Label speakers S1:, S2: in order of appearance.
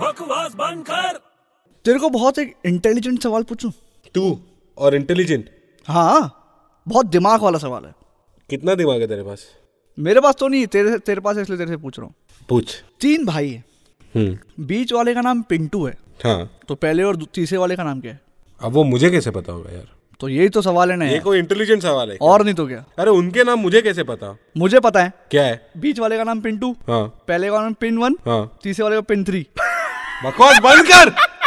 S1: बकवास बंद कर
S2: तेरे को बहुत एक इंटेलिजेंट सवाल पूछूं
S3: तू और इंटेलिजेंट
S2: हाँ बहुत दिमाग वाला सवाल है
S3: कितना दिमाग है तेरे पास
S2: मेरे पास तो नहीं तेरे तेरे पास है, इसलिए तेरे से पूछ रहा हूँ
S3: पूछ
S2: तीन भाई है
S3: हम्म
S2: बीच वाले का नाम पिंटू है
S3: हाँ
S2: तो पहले और दू- तीसरे वाले का नाम क्या है
S3: अब वो मुझे कैसे पता होगा यार
S2: तो यही तो सवाल है ना
S3: ये
S2: यार।
S3: कोई इंटेलिजेंट सवाल है क्या?
S2: और नहीं तो क्या
S3: अरे उनके नाम मुझे कैसे पता
S2: मुझे पता है
S3: क्या है
S2: बीच वाले का नाम पिंटू
S3: हाँ
S2: पहले का नाम पिन वन
S3: हाँ
S2: तीसरे वाले का पिन थ्री
S3: बकवास बंद कर